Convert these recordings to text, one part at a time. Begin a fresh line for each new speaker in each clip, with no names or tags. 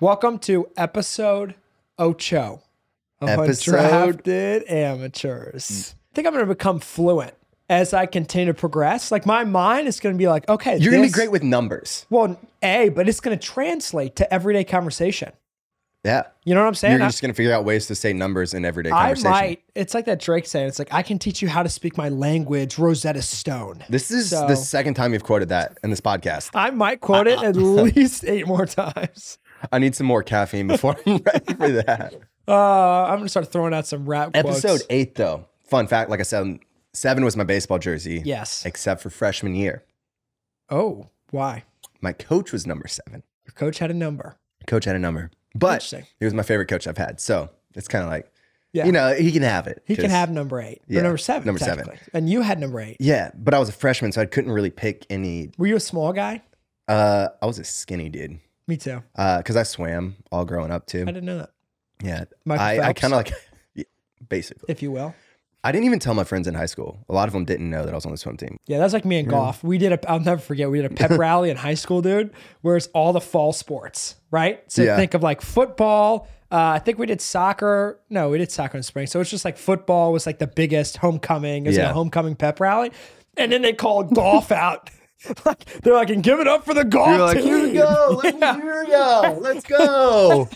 Welcome to episode Ocho of
Episode-
Undrafted Amateurs. I think I'm going to become fluent as I continue to progress. Like my mind is going to be like, okay,
You're going to be
this-
great with numbers.
Well, a, but it's going to translate to everyday conversation.
Yeah.
You know what I'm saying?
You're
I-
just going to figure out ways to say numbers in everyday
I
conversation.
might. It's like that Drake saying. It's like I can teach you how to speak my language, Rosetta Stone.
This is
So-
the second time you've quoted that in this podcast.
I might quote it at least eight more times.
I need some more caffeine before I'm ready for that.
Uh, I'm gonna start throwing out some rap quotes.
Episode eight, though. Fun fact, like I said, seven was my baseball jersey.
Yes.
Except for freshman year.
Oh, why?
My coach was number seven.
Your coach had a number.
Coach had a number. But
Interesting.
he was my favorite coach I've had. So it's kind of like,
Yeah.
you know, he can have it.
He can
'cause-
have number eight.
Yeah,
Or number seven.
number seven.
technically. And you had number eight.
Yeah, but I was a freshman, so I couldn't really pick any.
Were you a small guy?
Uh, I was a skinny dude
Me too.
because Uh, I swam all growing up too.
I didn't know that,
Yeah,
Michael
I, I
Phelps?
kind of like yeah, basically.
if you will.
I didn't even tell my friends in high school. A lot of them didn't know that I was on the swim team.
Yeah, that's like me and golf. We did a I'll never forget, we did a pep rally in high school, dude, where it's all the fall sports, right? So
Yeah.
think of like football. Uh, I think we did soccer. No, we did soccer in spring. So it's just like football was like the biggest homecoming. It was like
Yeah.
a homecoming pep rally. And then they called golf out. like they're like, and give it up for the golf. team." Yeah.
go. Let's go.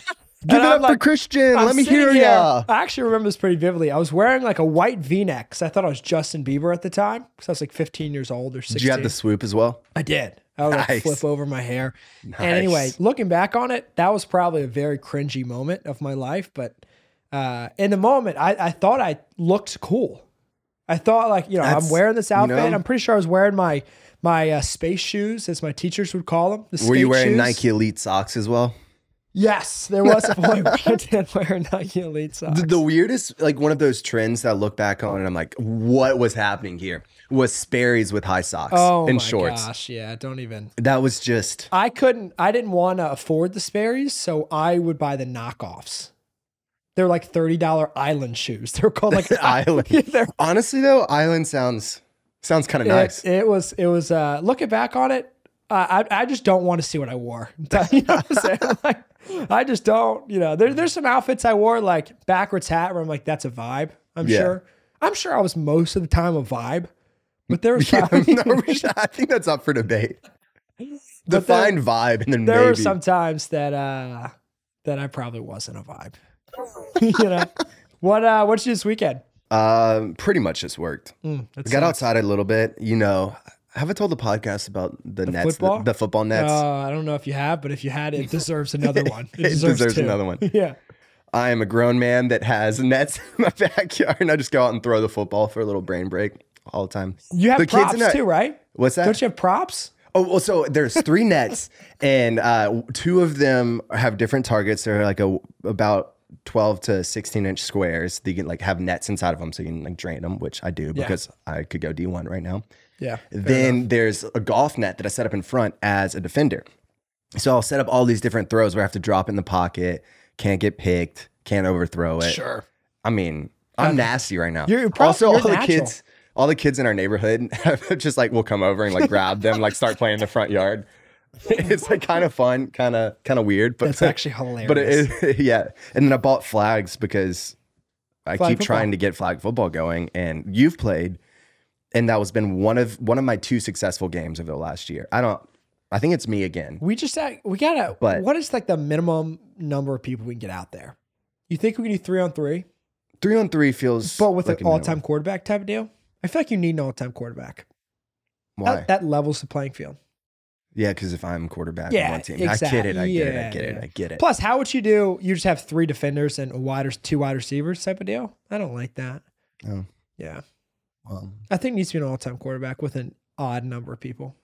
Give
And
it
I'm
up for
like-
Christian.
I'm
Let me
sitting
hear
here-
ya.
I actually remember this pretty vividly. I was wearing like a white V-neck because I thought I was Justin Bieber at the time because I was like 15 years old or 16.
Did you have the swoop as well?
I did. I would like,
Nice.
flip over my hair. And anyway,
Nice.
looking back on it, that was probably a very cringy moment of my life. But uh, in the moment, I, I thought I looked cool. I thought like you know
That's-
I'm wearing this outfit.
know-
I'm pretty sure I was wearing my my uh, space shoes, as my teachers would call them. The
Were you
skate
wearing
shoes.
Nike Elite socks as well?
Yes, there was a point where I did wear Nike Elite socks.
The weirdest, like one of those trends that I look back on and I'm like, what was happening here? Was Sperry's with high socks
oh
and
my
shorts.
gosh, yeah, don't even.
That was just
I couldn't. I didn't want to afford the Sperry's, so I would buy the knockoffs. They're like thirty dollar island shoes. They're called like
Island.
Yeah, they're-
Honestly though, Island sounds sounds kind of nice.
It, it was. It was. Uh, looking back on it, uh, I I just don't want to see what I wore. You know what I'm saying? like, I just don't. You know, there, there's some outfits I wore like backwards hat where I'm like, that's a vibe. I'm
Yeah.
sure. I'm sure I was most of the time a vibe, but there was
Yeah,
probably,
no, we should- I think that's up for debate.
But there-
Define vibe and then
there
maybe
were some times that uh that I probably wasn't a vibe. you know, what uh, what you do this weekend?
Um, pretty much just worked.
Mm, that's
Got outside a little bit, you know. Have I told the podcast about the, nets, the-
football?
The, football nets?
Uh, I don't know if you have, but if you had, it deserves another one. It
It
deserves,
deserves
two.
another one.
yeah.
I am a grown man that has nets in my backyard, and I just go out and throw the football for a little brain break all the time.
You have
The kids
props
in that-
too, right?
What's that?
Don't you have props?
Oh, well, so there's three nets, and uh, two of them have different targets. They're like a about 12 to 16 inch squares. They can like have nets inside of them, so you can like drain them, which I do because I could go D1 right now.
Yeah.
then there's a golf net that I set up in front as a defender. So I'll set up all these different throws where I have to drop in the pocket, can't get picked, can't overthrow it.
Sure.
I mean, I'm nasty right now.
You're pro-
also
you're
all the
natural.
kids, all the kids in our neighborhood, just like will come over and like grab them, like start playing in the front yard. It's like kind of fun, kind of kind of weird, but
That's actually hilarious.
but it, it, yeah. And then I bought flags because I
Flag
keep
football.
trying to get flag football going, and you've played, and that was been one of one of my two successful games over the last year. I don't, I think it's me again.
we just act- we gotta.
But-
what is like the minimum number of people we can get out there? You think we can do three on three,
Three on three feels,
but with
like
an
a minimum.
all-time quarterback type of deal? I feel like you need an all-time quarterback.
Why?
That, that levels the playing field.
yeah, because if I'm quarterback
Yeah,
on one team, I get
exact-
it, I get it, I
yeah,
get it,
yeah.
I get it.
Plus, how would you do? You just have three defenders and a wide, two wide receivers type of deal. I don't like that.
Oh.
Yeah,
Well,
I think it needs to be an all-time quarterback with an odd number of people,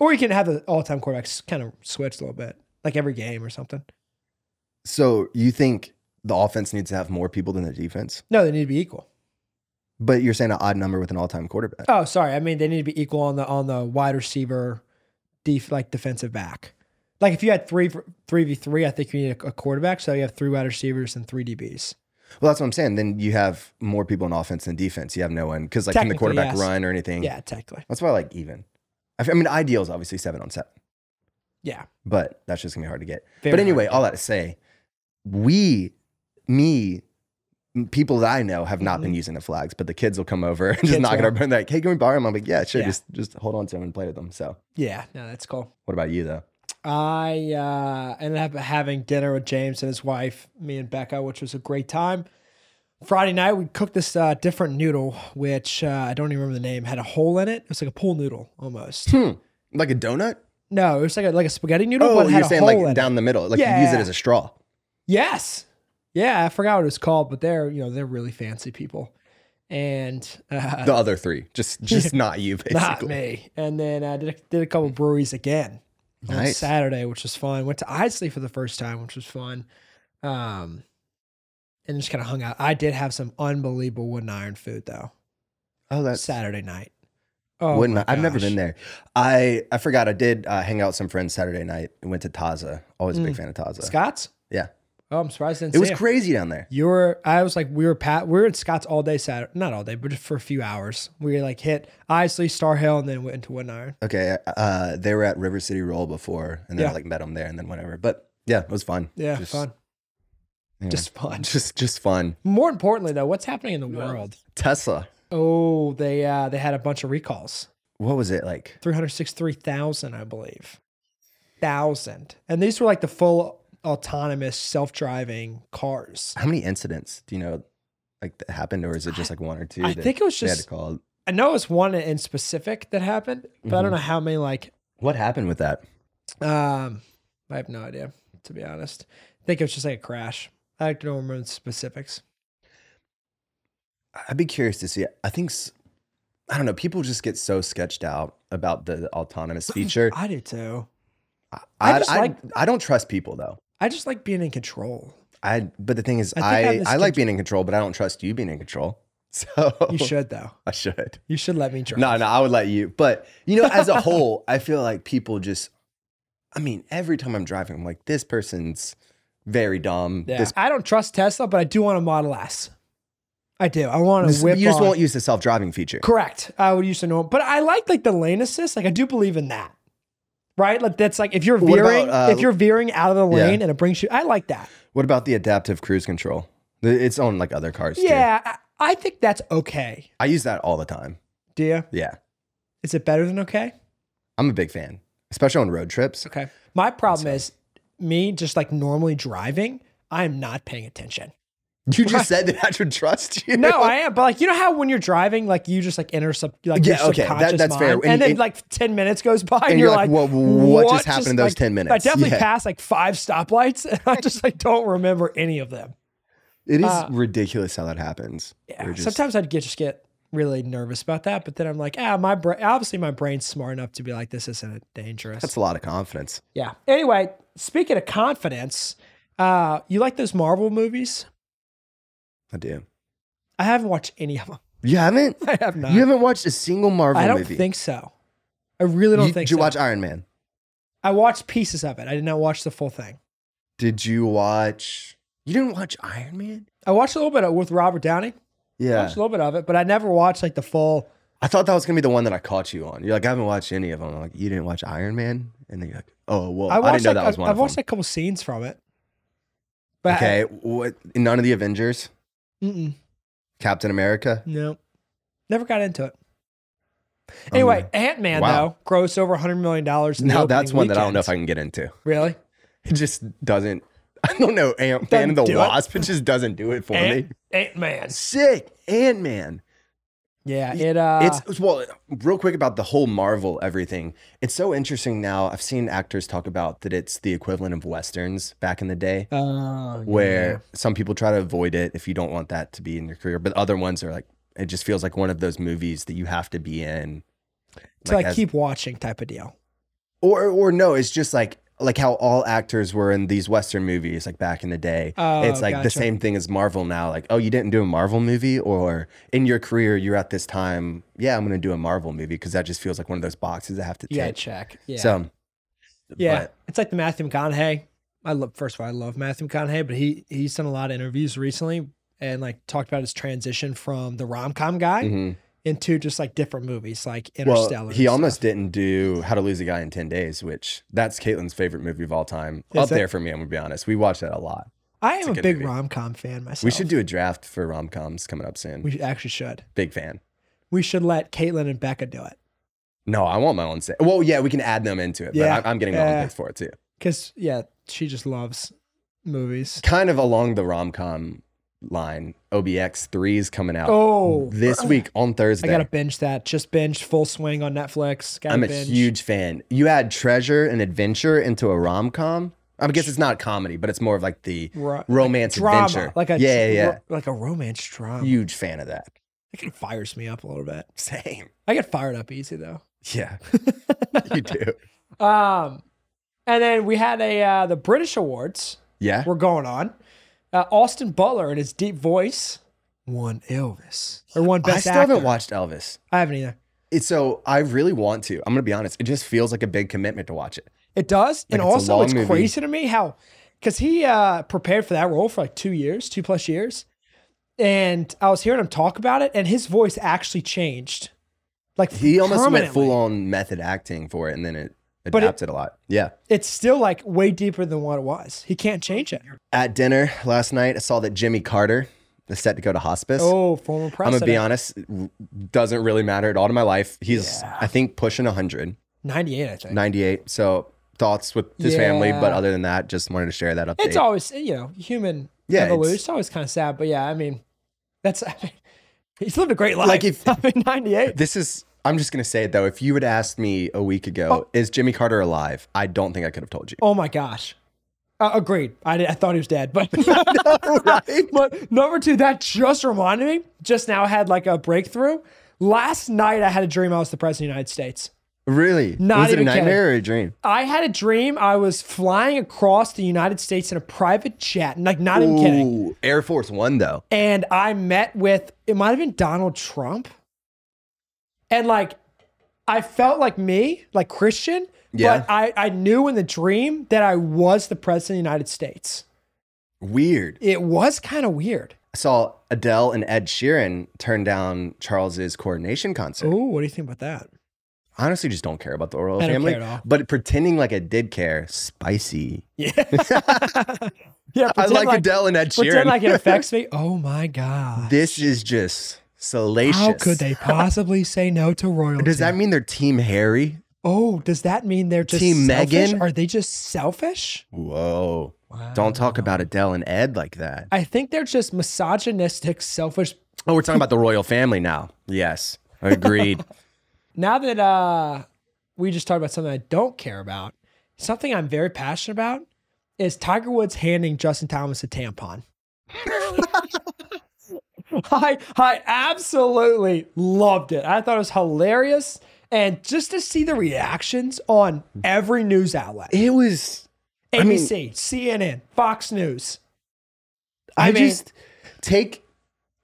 or you can have the all-time quarterbacks kind of switched a little bit, like every game or something.
so you think the offense needs to have more people than the defense,
No, they need to be equal.
but you're saying an odd number with an all-time quarterback.
Oh, sorry. I mean, they need to be equal on the on the wide receiver, def, like defensive back. Like if you had three three v three, I think you need a, a quarterback. So you have three wide receivers and three DBs.
Well, that's what I'm saying. Then you have more people in offense than defense. You have no one because like can the
Technically,
quarterback
yes.
run or anything?
Yeah, technically.
That's why I like even. I f- I mean, ideal is obviously seven on seven.
Yeah.
but that's just gonna be hard to get.
Very hard
but anyway, all that to say, we, me, m- people that I know have not been using the flags, but the kids will come over and just
Mm-hmm. Kids
knock at
will.
our door and they're like, hey, can we borrow them? I'm like, yeah, sure,
Yeah.
just just hold on to them and play with them. So
Yeah. No, that's cool.
what about you though?
I uh, ended up having dinner with James and his wife, me and Becca, which was a great time. Friday night, we cooked this uh, different noodle, which uh, I don't even remember the name, had a hole in it. It was like a pool noodle almost.
Hmm, Like a donut?
no, it was like a, like a spaghetti noodle,
Oh,
but it had
you're
a
saying
hole in
like
it.
down the middle. Like you use it
Yeah.
as a straw.
Yes. Yeah, I forgot what it was called, but they're, you know, they're really fancy people. And uh,
The other three. Just just not you, basically.
not me. And then I did a, did a couple breweries again on
Nice.
Saturday, which was fun. Went to Isley for the first time, which was fun. Um, and just kind of hung out. I did have some unbelievable wooden iron food though
Oh, that's
Saturday night. Oh,
wouldn't
my
I? I've never
gosh.
been there. I I forgot I did uh, hang out with some friends Saturday night and went to Taza. Always
Mm.
a big fan of Taza.
Scott's.
Yeah.
Oh, I'm surprised I didn't.
It was
see him.
crazy down there.
You were. I was like, we were pat. We were at Scott's all day Saturday, not all day, but just for a few hours. We like hit Isley, Star Hill, and then went into Wooden Iron.
Okay, uh, they were at River City Roll before, and then I
Yeah.
like met them there, and then whatever. But yeah, it was fun.
Yeah,
Just-
fun.
anyway.
Just fun.
just just fun.
More importantly, though, what's happening in the world?
Tesla,
Oh, they uh, they had a bunch of recalls.
what was it like?
363,000, I believe. Thousand. And these were like the full autonomous self-driving cars.
How many incidents do you know, like that happened, or is it just like one or two?
I
that
think it was
they had to
just-
call?
I know it was one in specific that happened, but
Mm-hmm.
I don't know how many like
What happened with that?
um I have no idea, to be honest. I think it was just like a crash. I don't remember the specifics.
I'd be curious to see. I think s- I don't know. People just get so sketched out about the autonomous feature.
I do too.
I
I
I,
just
I,
like-
I don't trust people though.
I just like being in control.
I but the thing
I
is,
think I have
I
this
I, like
con-
being in control, but I don't trust you being in control. So
You should though.
I should.
You should let me drive.
No, no, I would let you. But you know, as a whole, I feel like people just I mean, every time I'm driving, I'm like, this person's very dumb.
Yeah.
This,
I don't trust Tesla, but I do want a Model S. I do. I want
this-
to whip
you just
on.
won't use the self-driving feature.
Correct. I would use to know, but I like like the lane assist. Like I do believe in that, right? Like that's like if you're
What about,
veering,
uh,
if you're veering out of the
yeah.
lane and it brings you, I like that.
What about the adaptive cruise control? The- It's on like other cars too.
Yeah, I, I think that's okay.
I use that all the time.
Do you?
Yeah.
Is it better than okay?
I'm a big fan. Especially on road trips.
Okay. My problem is me just like normally driving. I am not paying attention.
You just said that I should trust you.
No, I am. But like, you know how when you're driving, like you just like enter sub, like
Yeah,
your
okay, that-
subconscious
that's fair.
mind,
And-
and, then
and-
like ten minutes goes by, and,
you're
you're
like,
like,
"Whoa, what just happened in those
like-
10 minutes?"
I definitely
Yeah.
passed like five stoplights, and I just like don't remember any of them.
It is
Uh,
ridiculous how that happens.
Yeah.
We're just-
Sometimes I'd get just get really nervous about that, but then I'm like, ah, my brain. Obviously, my brain's smart enough to be like, this isn't dangerous.
that's a lot of confidence.
yeah. Anyway, speaking of confidence, uh, you like those Marvel movies?
I do.
I haven't watched any of them.
You haven't?
I have not.
You haven't watched a single Marvel
I don't
movie.
think so. I really don't
you,
think
did you
so.
watch Iron Man?
I watched pieces of it. I did not watch the full thing.
Did you watch? You didn't watch Iron Man?
I watched a little bit of, with Robert Downey. I
Yeah.
watched a little bit of it, but I never watched like the full.
I thought that was gonna be the one that I caught you on. You're like, I haven't watched any of them. I'm like, you didn't watch Iron Man? And then you're like, oh well, I,
I watched
didn't know
like,
that was
I,
one.
have
of
watched
them.
like a couple scenes from it. But
okay, what? None of the Avengers,
I, mm-mm,
Captain America.
no, never got into it.
I'm
Anyway, Ant Man
Oh, Wow.
though grossed over hundred million dollars.
like, now that's one that I don't know if I can get into.
really.
It just doesn't. I don't know Ant Man
Doesn't
and the
do it.
Wasp. It. just doesn't do it for me.
Ant Man.
Sick Ant Man.
Yeah, it. Uh,
It's it's- well, real quick about the whole Marvel everything. It's so interesting now. I've seen actors talk about that it's the equivalent of westerns back in the day,
uh,
where some people try to avoid it if you don't want that to be in your career, but other ones are like it just feels like one of those movies that you have to be in.
to like
as-
keep watching type of deal.
or or no, it's just like like how all actors were in these western movies like back in the day.
Oh,
it's like the
gotcha.
same thing as Marvel now. Like, oh, you didn't do a Marvel movie, or in your career you're at this time. Yeah, I'm gonna do a Marvel movie because that just feels like one of those boxes I have to
You gotta
tick.
check. Yeah.
So,
Yeah,
but-
it's like the Matthew McConaughey. I love first of all, I love Matthew McConaughey, but he he's done a lot of interviews recently and like talked about his transition from the rom com guy
mhm.
into just like different movies, like
Well,
Interstellar.
he
and
almost didn't do How to Lose a Guy in 10 Days, which that's Caitlin's favorite movie of all time.
Is
Up
that-
there for me, I'm going to be honest. We watch that a lot.
stuff. I am a
good
big
movie.
rom com fan myself.
We should do a draft for rom coms coming up soon.
We actually should.
Big fan.
We should let Caitlin and Becca do it
No, I want my own say. Well, yeah, we can add them into it,
Yeah,
but I'm, I'm getting my own
yeah.
picks for it too.
because yeah, she just loves movies.
Kind of along the rom com line, OBX 3 is coming out
Oh,
this week on
I
Thursday.
gotta binge that. Just binge Full Swing on Netflix. Gotta
I'm a
binge.
huge fan. You add treasure and adventure into a rom com. I guess it's not comedy, but it's more of like the
Ro-
romance
drama,
adventure.
like a
yeah, yeah, yeah.
ro- like a romance drama.
Huge fan of that.
it kind of fires me up a little bit.
Same.
I get fired up easy though.
Yeah, you do.
Um, and then we had a uh, the British Awards
Yeah.
were going on. Uh, Austin Butler in his deep voice won Elvis or won Best
I still
Actor.
haven't watched Elvis.
I haven't either.
It's so I really want to. I'm gonna be honest. It just feels like a big commitment to watch it.
It does, and
Like, it's a
also
long
it's
movie.
crazy to me how because he uh, prepared for that role for like two years, two plus years, and I was hearing him talk about it, and his voice actually changed. Like
He almost went
permanently.
full on method acting for it, and then it
But it-
adapted a lot. Yeah.
It's still like way deeper than what it was. He can't change it.
At dinner last night, I saw that Jimmy Carter is set to go to hospice.
Oh, former
I'm
president.
gonna be honest. it Doesn't really matter at all to my life. He's
Yeah.
I think pushing 100,
98, I think.
98. So thoughts with his family,
Yeah.
but other than that, just wanted to share that update.
It's always you know human
Yeah, it's-
evolution. It's, always kind of sad, but yeah, I mean, that's I mean, he's lived a great life.
Like if-
I mean, ninety eight.
This is. I'm just gonna say it though. If you had asked me a week ago, is Jimmy Carter alive? I don't think I could have told you.
Oh my gosh, uh, agreed. I, did, I thought he was dead, but
right?
but number two, that just reminded me. Just now, I had like a breakthrough. Last night, I had a dream I was the president of the United States.
Really?
Not
was it a
even kidding.
nightmare or a dream?
I had a dream I was flying across the United States in a private jet, like not even kidding.
Ooh, Air Force One though.
and I met with it might have been Donald Trump. And like I felt like me, like Christian,
Yeah.
but I, I knew in the dream that I was the president of the United States.
Weird.
It was kind of weird.
I saw Adele and Ed Sheeran turn down Charles's coronation concert.
Ooh, what do you think about that?
I honestly just don't care about the royal
I don't
family.
care at all.
But pretending like I did care, spicy.
Yeah. yeah,
I
pretend
like, Adele and Ed Sheeran.
Pretend like it affects me. Oh my god.
this is just salacious.
How could they possibly say no to royalty?
Does that mean they're Team Harry?
Oh, does that mean they're just
Team
selfish?
Meghan?
Are they just selfish?
Whoa. Don't talk about Adele and Ed like that.
I think they're just misogynistic, selfish
Oh, we're talking about the royal family now. Yes. Agreed.
now that uh, we just talked about something I don't care about, something I'm very passionate about is Tiger Woods handing Justin Thomas a tampon. I I absolutely loved it. I thought it was hilarious, and just to see the reactions on every news outlet,
it was
ABC,
I mean-
CNN, Fox News.
I,
I mean-
just take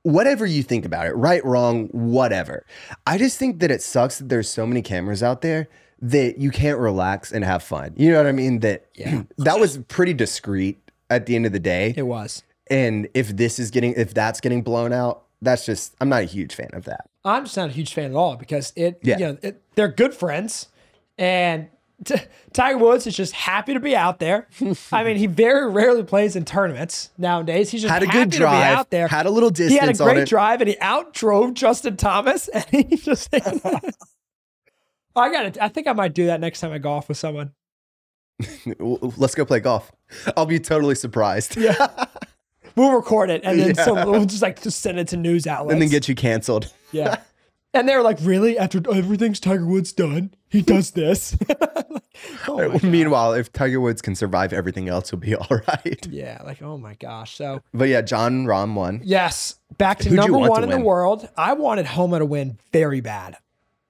whatever you think about it, right, wrong, whatever. I just think that it sucks that there's so many cameras out there that you can't relax and have fun. You know what I mean? That
Yeah.
that was pretty discreet at the end of the day.
It was.
And if this is getting if that's getting blown out, that's just I'm not a huge fan of that.
I'm just not a huge fan at all because it,
Yeah.
you know, it, they're good friends, and t- Tiger Woods is just happy to be out there. I mean, he very rarely plays in tournaments nowadays. He's just
Had a
happy
good drive,
to be out there.
had a little distance
he had a
on
great
it.
drive, and he outdrove Justin Thomas, and he just. I got. I think I might do that next time I golf with someone.
Let's go play golf. I'll be totally surprised.
We'll record it, and then some, we'll just like just send it to news outlets.
and then get you canceled.
Yeah. And they're like, really? After everything's Tiger Woods done, he does this. oh my-
Meanwhile, if Tiger Woods can survive everything else, he'll be all right.
yeah, like, oh my gosh. So,
But yeah, John Rom won.
yes, back to
Who'd you
number
want
one
to
in the
win?
world. I wanted Homa to win very bad.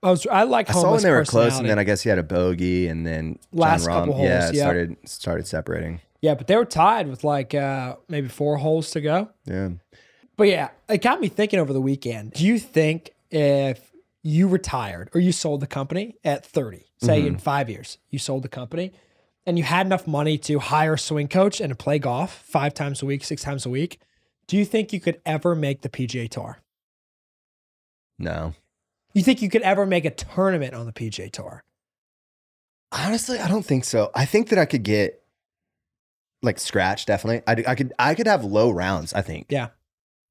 I was, I like
I saw
Homa's
when they were close, and
personality.
then I guess he had a bogey, and then
Last
John Rahm,
couple
yeah,
holes, yeah.
started started separating.
yeah, but they were tied with like uh, maybe four holes to go.
Yeah,
But yeah, it got me thinking over the weekend. Do you think if you retired or you sold the company at 30, say
Mm-hmm.
in five years, you sold the company and you had enough money to hire a swing coach and to play golf five times a week, six times a week, do you think you could ever make the PGA Tour?
no,
You think you could ever make a tournament on the PJ Tour?
Honestly, I don't think so. I think that I could get like scratch definitely. I, I could I could have low rounds. I think.
Yeah.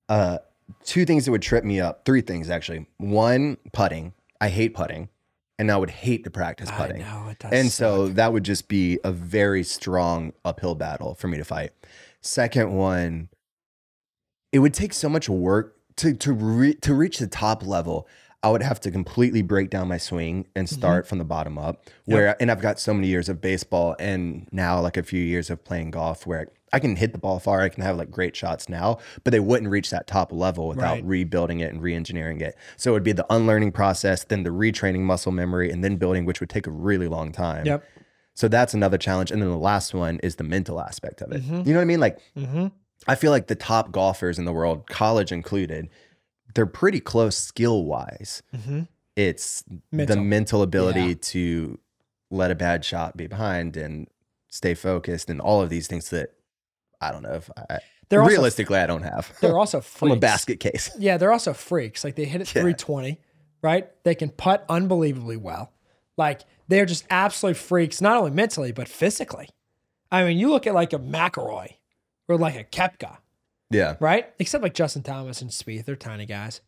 Uh, two things that would trip me up. Three things actually. One, putting. I hate putting, and I would hate to practice putting.
I know it does.
And so that would just be a very strong uphill battle for me to fight. Second one, it would take so much work to to re- to reach the top level. I would have to completely break down my swing and
Mm-hmm.
start from the bottom up. Where and I've got so many years of baseball and now like a few years of playing golf where I can hit the ball far, I can have like great shots now, but they wouldn't reach that top level without
Right.
rebuilding it and re-engineering it. So it would be the unlearning process, then the retraining muscle memory, and then building, which would take a really long time.
Yep.
So that's another challenge. And then the last one is the mental aspect of it.
Mm-hmm.
You know what I mean? Like
Mhm.
I feel like the top golfers in the world, college included, they're pretty close skill wise.
Mhm.
It's the
Mental.
mental ability
Yeah.
to let a bad shot be behind and stay focused and all of these things that I don't know if I
They're also-
realistically I don't have.
They're also
I'm
freaks.
a basket case.
Yeah, they're also freaks. Like they hit it
Yeah.
320, right? They can putt unbelievably well. Like they're just absolute freaks, not only mentally but physically. I mean, you look at like a McElroy or like a Kepka,
Yeah.
right? Except like Justin Thomas and Spieth, they're tiny guys.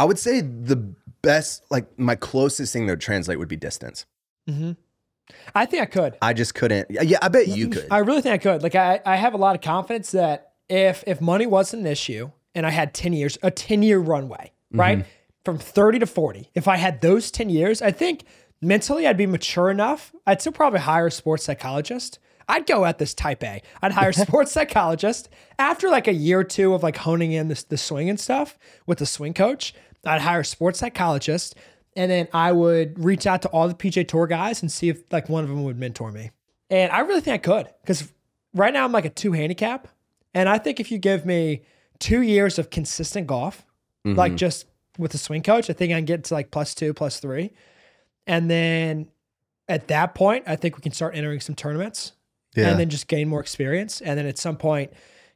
I would say the best, like my closest thing that would translate would be distance.
I think I could.
I just couldn't. Yeah, I bet you could.
I really think I could. Like I, I have a lot of confidence that if if money wasn't an issue and I had 10 years, a 10 year runway, right? From 30 to 40. If I had those 10 years, I think mentally I'd be mature enough. I'd still probably hire a sports psychologist. I'd go at this type A. I'd hire a sports psychologist after like a year or two of like honing in this the swing and stuff with the swing coach. I'd hire a sports psychologist and then I would reach out to all the PJ Tour guys and see if like one of them would mentor me. And I really think I could because right now I'm like a two handicap. And I think if you give me two years of consistent golf,
Mm-hmm.
like just with a swing coach, I think I can get to like plus two, plus three. And then at that point, I think we can start entering some tournaments
Yeah.
and then just gain more experience. And then at some point,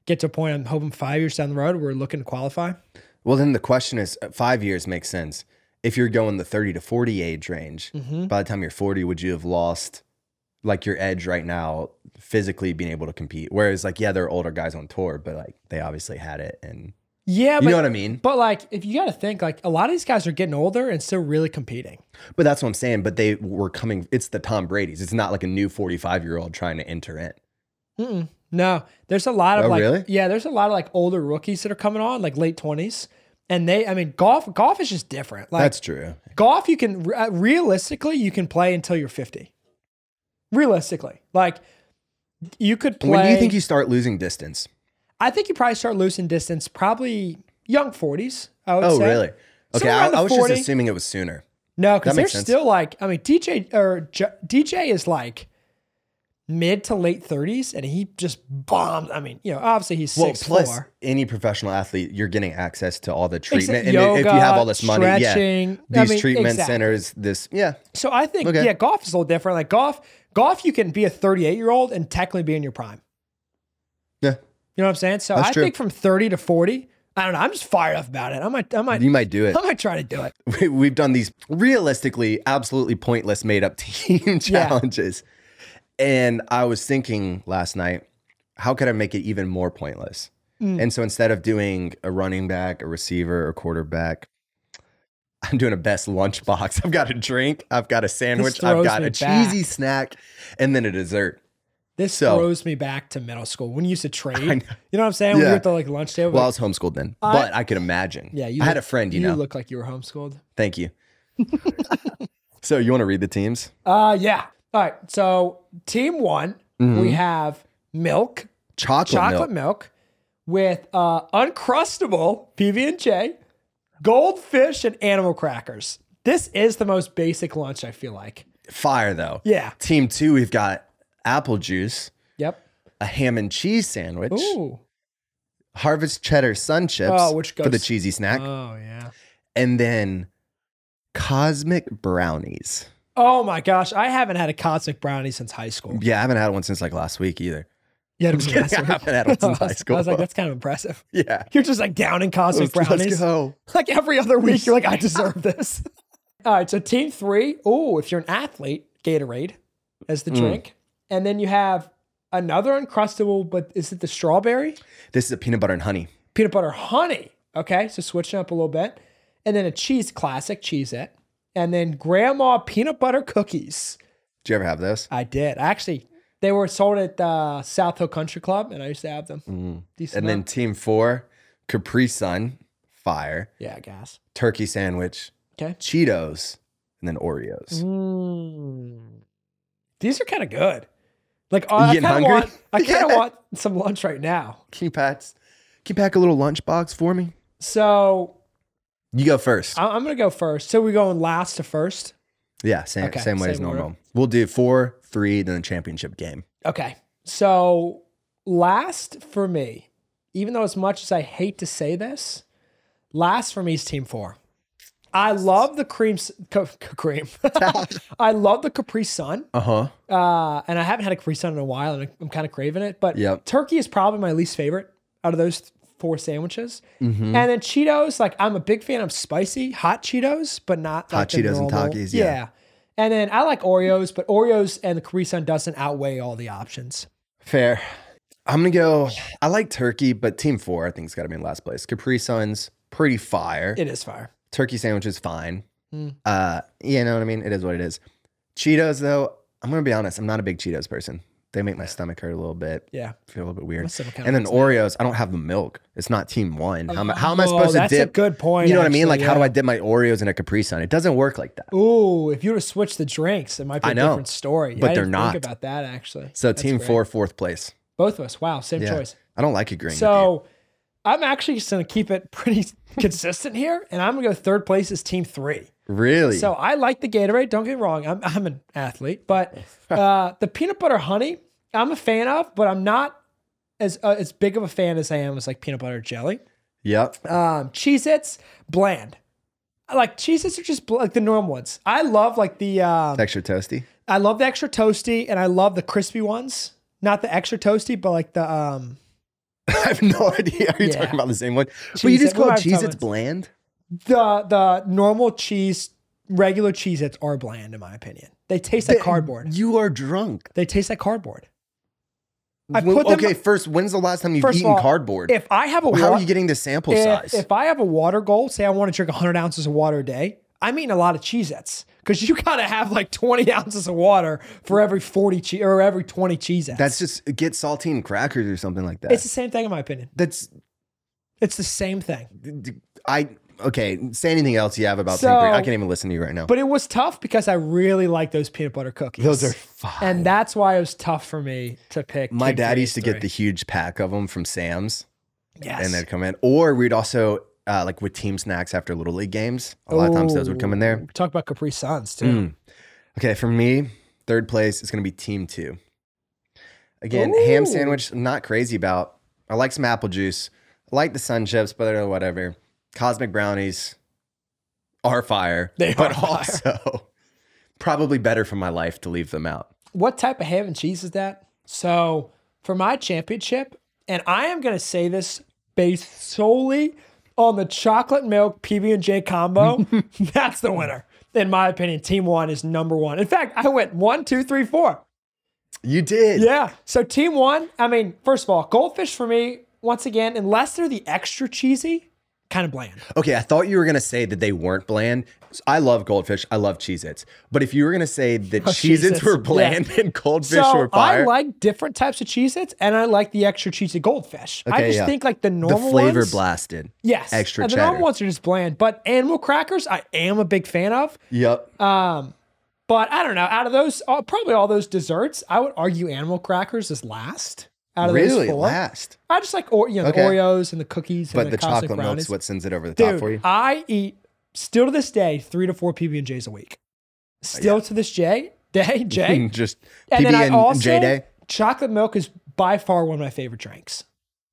get to a point, I'm hoping five years down the road, we're looking to qualify.
Well, then the question is uh, five years makes sense. If you're going the 30 to 40 age range, by the time you're 40, would you have lost like your edge right now, physically being able to compete? Whereas, like, yeah, there are older guys on tour, but like they obviously had it. And
Yeah.
you
but,
know what I mean?
but like, if you got to think, like, a lot of these guys are getting older and still really competing.
But that's what I'm saying. But they were coming, it's the Tom Brady's. It's not like a new 45 year old trying to enter in.
Mm-mm. No, there's a lot of
Oh,
like,
really?
yeah, there's a lot of like older rookies that are coming on, like late twenties, and they, I mean, golf, golf is just different. Like
That's true.
golf, you can re- uh, realistically you can play until you're fifty. Realistically, like you could play.
When do you think you start losing distance?
I think you probably start losing distance probably young forties. I would
Oh,
say.
really? Okay.
Somewhere
I,
around the
I was
40.
just assuming it was sooner.
No, because
That
they're
makes sense.
still like, I mean, DJ or J- DJ is like mid to late thirties, and he just bombed. I mean, you know, obviously he's
Well,
six
plus
four.
any professional athlete, you're getting access to all the
Except
treatment. and if you have all this money, yeah,
stretching. I
these
mean,
treatment
exactly.
centers, this, yeah,
So I think
Okay.
yeah, golf is a little different. Like golf, golf you can be a 38 year old and technically be in your prime.
yeah,
You know what I'm saying? So
That's
I
true.
think from 30 to 40, I don't know. I'm just fired up about it. I might, I might,
you might do it.
I might try to do it.
We- We've done these realistically, absolutely pointless, made up team challenges, and I was thinking last night, how could I make it even more pointless?
Mm.
And so instead of doing a running back, a receiver, or quarterback. I'm doing a best lunch box. I've got a drink, I've got a sandwich, I've
throws
got
me
a
back.
cheesy snack, and then a dessert.
This
So-
throws me back to middle school when you used to trade. You
know.
know what I'm saying? When you
Yeah.
were at the like lunch table.
Well, I
like,
was homeschooled then, but I could imagine.
yeah,
I had a
look-
friend, you, know.
look like you were homeschooled.
Thank you. so you want to read the teams?
Uh, yeah. All right. So team one,
Mm-hmm.
we have milk,
Chocolate,
chocolate
milk.
milk, with uh, uncrustable PB and J, goldfish, and animal crackers. This is the most basic lunch. I feel like.
Fire though.
Yeah.
Team two, we've got apple juice,
Yep.
a ham and cheese sandwich,
Ooh.
harvest cheddar sun chips
Oh, which
for the
goes-
cheesy snack,
Oh yeah.
and then cosmic brownies.
Oh my gosh, I haven't had a cosmic brownie since high school.
Yeah, I haven't had one since like last week either.
Yeah, I'm
kidding. I haven't had one since high
I
school.
was like, that's kind of impressive.
Yeah.
You're just like down in cosmic
Let's-
brownies.
Let's go.
Like every other week, you're like, I deserve this. All right, so team three. Oh, if you're an athlete, Gatorade as the
Mm.
drink, and then you have another uncrustable, but is it the strawberry
This is a peanut butter and honey.
peanut butter honey? Okay, so switching up a little bit, and then a cheese classic cheesette, and then grandma peanut butter cookies.
Do you ever have those?
I did actually. They were sold at uh, South Hill Country Club, and I used to have them. Decent
And then
amount.
team four, Capri Sun, fire,
yeah, gas.
turkey sandwich,
Okay.
Cheetos, and then Oreos.
Mm. These are kind of good. Like oh, I
getting
kind of
hungry?
want, I kind of
Yeah.
want some lunch right now.
Can you pack, can you pack a little lunchbox for me?
So
You go first.
I- I'm gonna go first. So we're going last to first.
yeah, same,
okay,
same way as
same order.
normal. We'll do four, three, then the championship game.
Okay. So last for me, even though as much as I hate to say this, last for me is Team Four. I love the cream, s- co- co- cream. I love the Capri Sun.
Uh huh.
uh, and I haven't had a Capri Sun in a while, and I'm kind of craving it. But
Yep.
turkey is probably my least favorite out of those th- four sandwiches.
Mm-hmm.
And then Cheetos, like I'm a big fan of spicy hot Cheetos, but not
Hot
like the
Cheetos and
normal-
Takis, yeah.
And then I like Oreos, but Oreos and the Capri Sun doesn't outweigh all the options.
Fair. I'm gonna go. I like turkey, but team four, I think, has got to be in last place. Capri Sun's pretty fire.
It is fire.
turkey sandwich is fine.
Mm.
Uh, you know what I mean? It is what it is. Cheetos, though, I'm gonna be honest. I'm not a big Cheetos person. They make my stomach hurt a little bit.
Yeah.
Feel a little bit weird.
That's some kind
And
of-
then Oreos, I don't have the milk. It's not team one. How, am I- how am I
Oh,
supposed
that's
to
a
dip?
good point.
you know what I mean? Like,
actually,
how do
yeah.
I dip my Oreos in a Capri Sun? It doesn't work like that.
Ooh, if you were to switch the drinks, it might be a
I know,
different story.
but
I
they're
didn't
not.
Think about that actually.
So
That's
team
great.
four, fourth place.
both of us. Wow, same
Yeah.
choice.
I don't like agreeing. with
So I'm actually just going to keep it pretty consistent here, and I'm going to go third place is team three.
you. really.
So I like the Gatorade. Don't get me wrong. I'm, I'm an athlete, but uh, the peanut butter honey, I'm a fan of, but I'm not as uh, as big of a fan as I am as like peanut butter jelly.
yep.
Um, Cheez Its, bland. I Like Cheez Its are just bl- like the normal ones. I love like the, um,
Extra toasty.
I love the extra toasty and I love the crispy ones. Not the extra toasty, but like the, um,
I have no idea. Are you
Yeah.
talking about the same one? but you
Cheez-It-
just
what
called
am I talking
cheese. It's
about?
bland.
the the normal cheese, regular cheese its are bland in my opinion. They taste like cardboard.
You are drunk.
They taste like cardboard. I
Well,
put them-
okay, first, when's the last time you've
First of
eaten
all,
cardboard?
If I have a
How
wa-
are you getting the sample
if,
size?
if I have a water goal, say I want to drink 100 ounces of water a day, I'm eating a lot of Cheez Its because you got to have like 20 ounces of water for every 40 che- or every 20 Cheez Its.
That's just get saltine crackers or something like that.
it's the same thing in my opinion.
That's
It's the same thing.
I okay. Say anything else you have about
So-
so, I can't even listen to you right now.
But it was tough because I really like those peanut butter cookies.
those are fine.
and that's why it was tough for me to pick.
my
King
dad
Three
used to
Three.
get the huge pack of them from Sam's,
yes.
and they'd come in. Or we'd also uh, like with team snacks after little league games. A lot of times those would come in there.
Ooh, Talk about Capri Suns too.
Mm. Okay, for me, third place is going to be Team Two. Again,
Ooh.
ham sandwich, not crazy about. I like some apple juice. I like the sun chips, but they're whatever. Cosmic brownies are fire.
They
but
are fire.
also probably better for my life to leave them out.
What type of ham and cheese is that? So for my championship, and I am going to say this based solely on the chocolate milk PB and J combo. that's the winner, in my opinion. Team one is number one. In fact, I went one, two, three, four.
You did.
Yeah. So team one, I mean, first of all, goldfish for me, once again, unless they're the extra cheesy, kind of bland.
Okay, I thought you were going to say that they weren't bland. I love goldfish. I love Cheez Its. But if you were going to say that Cheez
Cheez-Its,
Its were
yeah.
bland and goldfish
so
were fire,
I like different types of Cheez Its and I like the extra cheesy goldfish. I
Okay,
just
yeah.
think like the
the
normal
flavor
ones,
blasted.
Yes.
Extra
and the
cheddar.
normal ones are just bland. But animal crackers, I am a big fan of.
Yep.
But I don't know. Out of those, all, probably all those desserts, I would argue animal crackers is last. Out of
really?
those four.
Last.
I just like or, you know,
Okay.
the Oreos and the cookies
But
and
the
Cosmic
chocolate
brownies.
milk's what sends it over the top for
Dude,
you.
I eat still to this day three to four PB and J's a week. Still to this J day J.
Just
and
PB
then I
and,
also
J Day.
chocolate milk is by far one of my favorite drinks.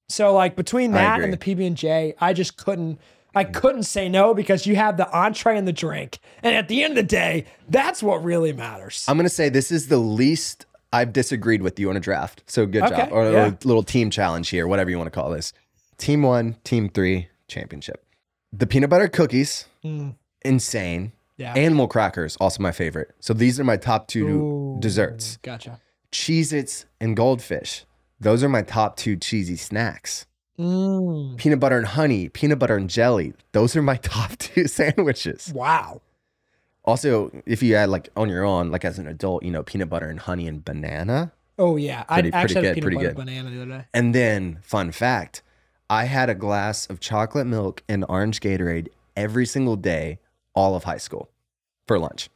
So like between
I
that and
agree. Mm.
the PB and J, I just couldn't. I couldn't say no because you have the entree and the drink, and at the end of the day, that's what really matters.
I'm gonna say this is the least I've disagreed with you on a draft. So good
Okay,
job. Or a
yeah.
little, little team challenge here, whatever you want to call this. Team
Hmm.
one, team three, championship. The peanut butter cookies, insane.
Yeah.
Animal crackers, also my favorite. So these are my top two
Ooh.
desserts.
Gotcha.
Cheez Its and goldfish. Those are my top two cheesy snacks.
Mm.
Peanut butter and honey, peanut butter and jelly. Those are my top two sandwiches.
Wow.
Also, if you add like on your own, like as an adult, you know, peanut butter and honey and banana.
Oh yeah.
Pretty-
I
pretty
actually
good,
had a peanut
pretty
butter
good.
banana the other day.
And then, fun fact, I had a glass of chocolate milk and orange Gatorade every single day, all of high school for lunch.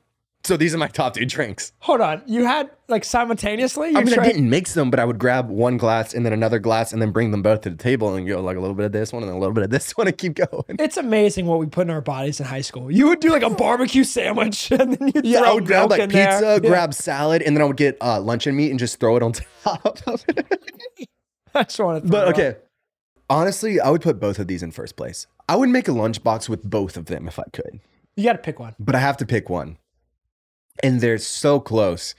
So these are my top two drinks.
Hold on. You had like simultaneously. You
I mean, I
tried-
didn't mix them, but I would grab one glass and then another glass and then bring them both to the table and go like a little bit of this one and then a little bit of this one and keep going.
It's amazing what we put in our bodies in high school. You would do like a barbecue sandwich, and then you would
I
throw
would grab
milk
like
in
pizza,
there. Yeah.
grab salad, and then I would get uh, luncheon meat and just throw it on top. of it.
I just want to.
but okay, honestly, I would put both of these in first place. I would make a lunchbox with both of them if I could.
you got to pick one.
but I have to pick one. And they're so close.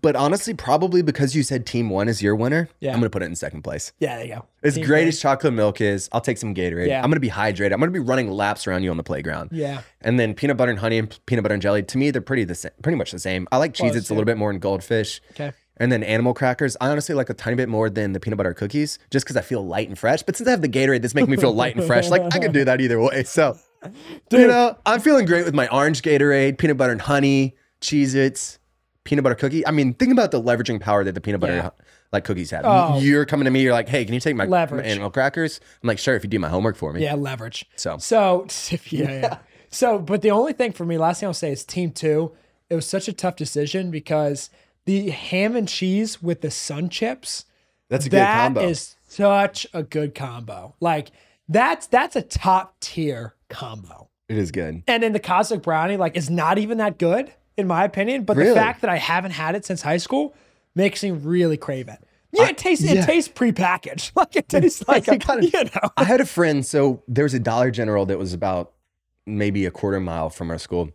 But honestly, probably because you said team one is your winner,
Yeah.
I'm gonna put it in second place.
Yeah, there you go.
As
Team
great
Gatorade.
as chocolate milk is, I'll take some Gatorade.
Yeah.
I'm gonna be hydrated. I'm gonna be running laps around you on the playground.
Yeah,
And then peanut butter and honey and p- peanut butter and jelly. To me, they're pretty the same, pretty much the same. I like cheese.
Close,
It's a
yeah.
little bit more than goldfish.
okay.
And then animal crackers. I honestly like a tiny bit more than the peanut butter cookies, just because I feel light and fresh. But since I have the Gatorade, that's making me feel light and fresh. Like I could do that either way. So, you
Dude.
know, I'm feeling great with my orange Gatorade, peanut butter and honey, Cheez-Its, peanut butter cookie. I mean, think about the leveraging power that the peanut butter
Yeah.
like cookies have.
Oh.
You're coming to me. You're like, hey, can you take my, my
Leverage.
animal crackers? I'm like, sure, if you do my homework for me.
Yeah, leverage.
So
So yeah, yeah. So, but the only thing for me, last thing I'll say is team two. It was such a tough decision because the ham and cheese with the sun chips.
that's a good
That
combo.
is such a good combo. Like that's that's a top tier combo.
it is good.
And then the cosmic brownie like is not even that good in my opinion. But the
Really?
fact that I haven't had it since high school makes me really crave it. Yeah, it tastes it
yeah.
tastes prepackaged. Like it tastes like a,
like kind of-
you know.
I had a friend, so there was a Dollar General that was about maybe a quarter mile from our school.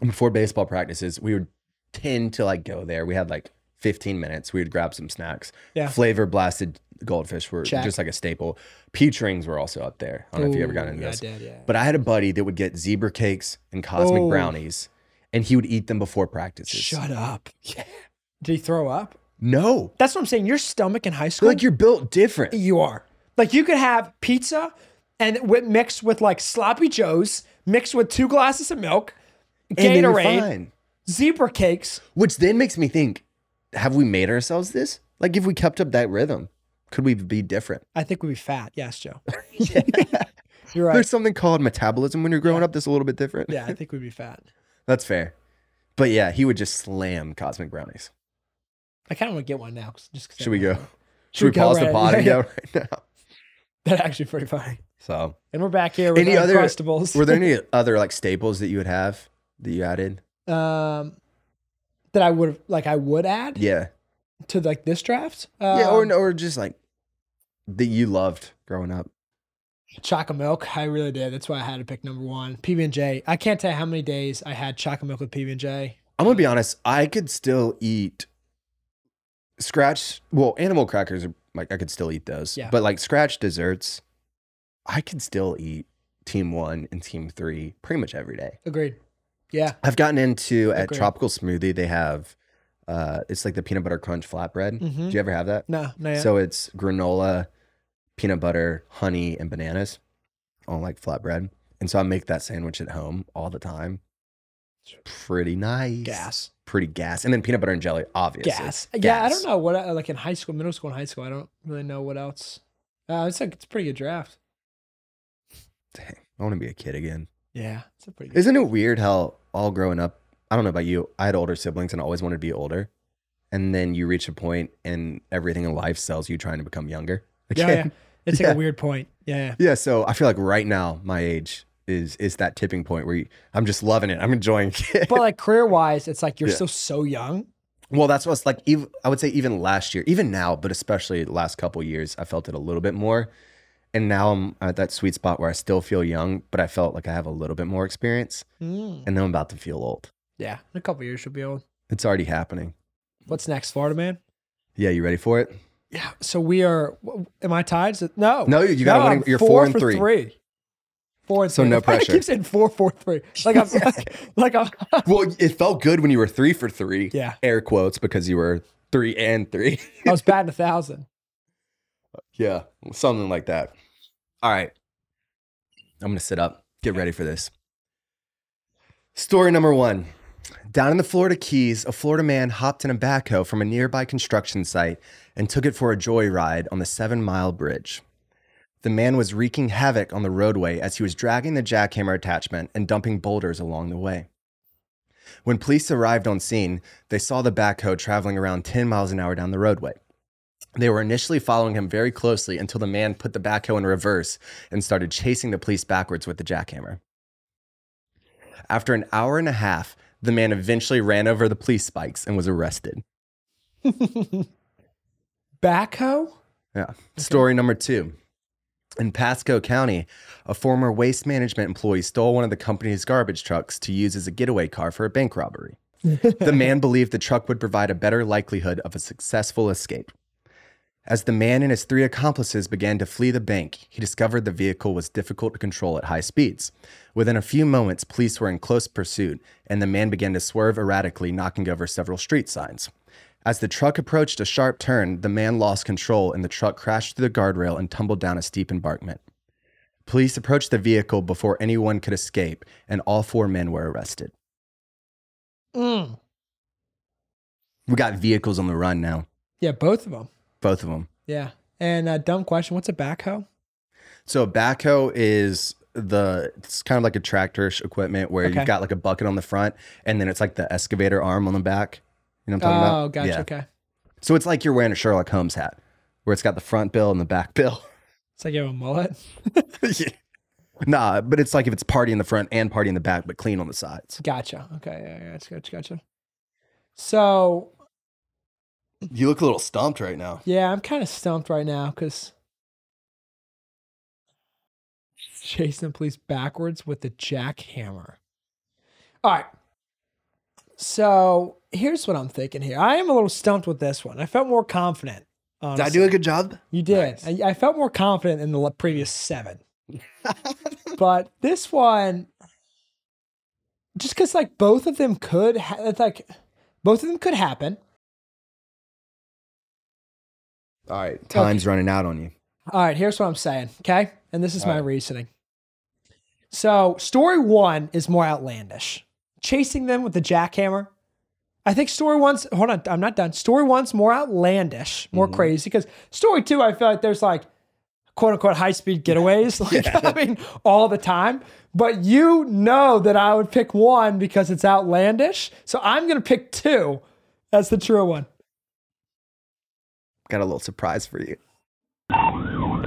And Before baseball practices, we would tend to like go there. We had like 15 minutes. We would grab some snacks.
Yeah.
Flavor blasted goldfish were
Check.
just like a staple. Peach rings were also up there. I don't know if you ever got into
yeah,
this.
I did, yeah.
But I had a buddy that would get zebra cakes and cosmic
Oh.
brownies, and he would eat them before practices.
Shut up. Yeah. Did he throw up?
no.
That's what I'm saying. Your stomach in high school,
Like you're built different.
you are. Like you could have pizza and with, mixed with like sloppy joes, mixed with two glasses of milk,
And then you're
Gatorade,
fine.
zebra cakes.
Which then makes me think, have we made ourselves this? Like if we kept up that rhythm, could we be different?
I think we'd be fat. Yes, Joe. You're right.
There's something called metabolism when you're growing up that's a little bit different.
yeah, I think we'd be fat.
That's fair. But yeah, he would just slam cosmic brownies.
I kind of want to get one now. 'cause- Just 'cause I
Should we
want
go?
one.
Should we
go
pause the
right-
pod and
yeah,
go right now?
yeah. That's actually pretty funny.
So
And we're back here with
Any other-
Uncrustables.
were there any other like staples that you would have that you added?
um, that I would like I would add
Yeah.
to like this draft? Um,
Yeah, or or just like that you loved growing up.
Chocolate milk. I really did. That's why I had to pick number one. PB and J. I can't tell you how many days I had chocolate milk with PB and J.
I'm gonna be honest. I could still eat scratch. Well, animal crackers are like I could still eat those.
Yeah.
But like scratch desserts, I could still eat Team One and Team Three pretty much every day.
Agreed. Yeah.
I've gotten into at
Agreed.
Tropical Smoothie. They have uh, it's like the peanut butter crunch flatbread.
Mhm.
Do you ever have that?
No. No. Yeah.
So it's granola, peanut butter, honey, and bananas on like flatbread. And so I make that sandwich at home all the time. It's pretty nice
gas.
pretty gas. And then peanut butter and jelly, obviously.
Gas. Yeah. I
Gas.
don't know what I- like in high school, middle school, and high school. I don't really know what else. Uh, it's like it's a pretty good draft.
Dang, I want to be a kid again.
Yeah. It's a pretty. good
Isn't it weird how all growing up, I don't know about you, I had older siblings and I always wanted to be older. And then you reach a point and everything in life sells you trying to become younger.
Yeah. yeah.
again.
It's like
Yeah.
a weird point. Yeah.
Yeah, so I feel like right now my age is is that tipping point where you, I'm just loving it. I'm enjoying it.
But like career wise, it's like you're
Yeah.
still so young.
Well, that's what's like. Even, I would say even last year, even now, but especially the last couple years, I felt it a little bit more. And now I'm at that sweet spot where I still feel young, but I felt like I have a little bit more experience,
Mm.
and then I'm about to feel old.
Yeah. In a couple years, you'll be old.
It's already happening.
What's next, Florida man?
Yeah, you ready for it?
Yeah. So we are. w- Am I tied? So- No.
No, you- you gotta win-
I'm
you're four and
for
three.
three. four and
So
three.
no
If I
pressure.
keep saying four, four, three. Like I'm, like, like I'm.
Well, it felt good when you were three for three.
Yeah.
Air quotes because you were three and three.
I was batting a thousand.
yeah. Something like that. All right. I'm going to sit up. Get ready for this. Story number one. Down in the Florida Keys, a Florida man hopped in a backhoe from a nearby construction site and took it for a joyride on the Seven Mile Bridge. The man was wreaking havoc on the roadway as he was dragging the jackhammer attachment and dumping boulders along the way. When police arrived on scene, they saw the backhoe traveling around 10 miles an hour down the roadway. They were initially following him very closely until the man put the backhoe in reverse and started chasing the police backwards with the jackhammer. After an hour and a half, the man eventually ran over the police spikes and was arrested.
Backhoe?
Yeah. Story number two. In Pasco County, a former waste management employee stole one of the company's garbage trucks to use as a getaway car for a bank robbery. the man believed the truck would provide a better likelihood of a successful escape. As the man and his three accomplices began to flee the bank, he discovered the vehicle was difficult to control at high speeds. Within a few moments, police were in close pursuit, and the man began to swerve erratically, knocking over several street signs. As the truck approached a sharp turn, the man lost control and the truck crashed through the guardrail and tumbled down a steep embankment. Police approached the vehicle before anyone could escape, and all four men were arrested.
Mm.
We got vehicles on the run now,
Yeah, both of them.
both of them.
Yeah. And uh, dumb question. What's a backhoe?
So a backhoe is the it's kind of like a tractorish equipment where
Okay.
you've got like a bucket on the front and then it's like the excavator arm on the back. You know what I'm talking about?
Oh, gotcha.
Yeah.
Okay.
So it's like you're wearing a Sherlock Holmes hat where it's got the front bill and the back bill.
It's like you have a mullet.
Nah, but it's like if it's party in the front and party in the back, but clean on the sides.
Gotcha. Okay. Yeah, gotcha. Gotcha. Gotcha. So
You look a little stumped right now.
yeah, I'm kind of stumped right now because chasing the police backwards with the jackhammer. All right. So here's what I'm thinking here. I am a little stumped with this one. I felt more confident. Honestly.
a good job?
You did.
Nice.
I, I felt more confident in the le- previous seven, but this one, just because like both of them could, ha- it's like both of them could happen.
All right, time's running out on you.
All right, here's what I'm saying, okay? And this is
All
my
right.
reasoning. So, story one is more outlandish. Chasing them with the jackhammer. I think story one's, hold on, I'm not done. Story one's more outlandish, more
Mm-hmm.
crazy, because story two, I feel like there's like quote unquote high speed getaways, like, I mean, all the time. But you know that I would pick one because it's outlandish. So, I'm going to pick two That's the true one.
Got a little surprise for you.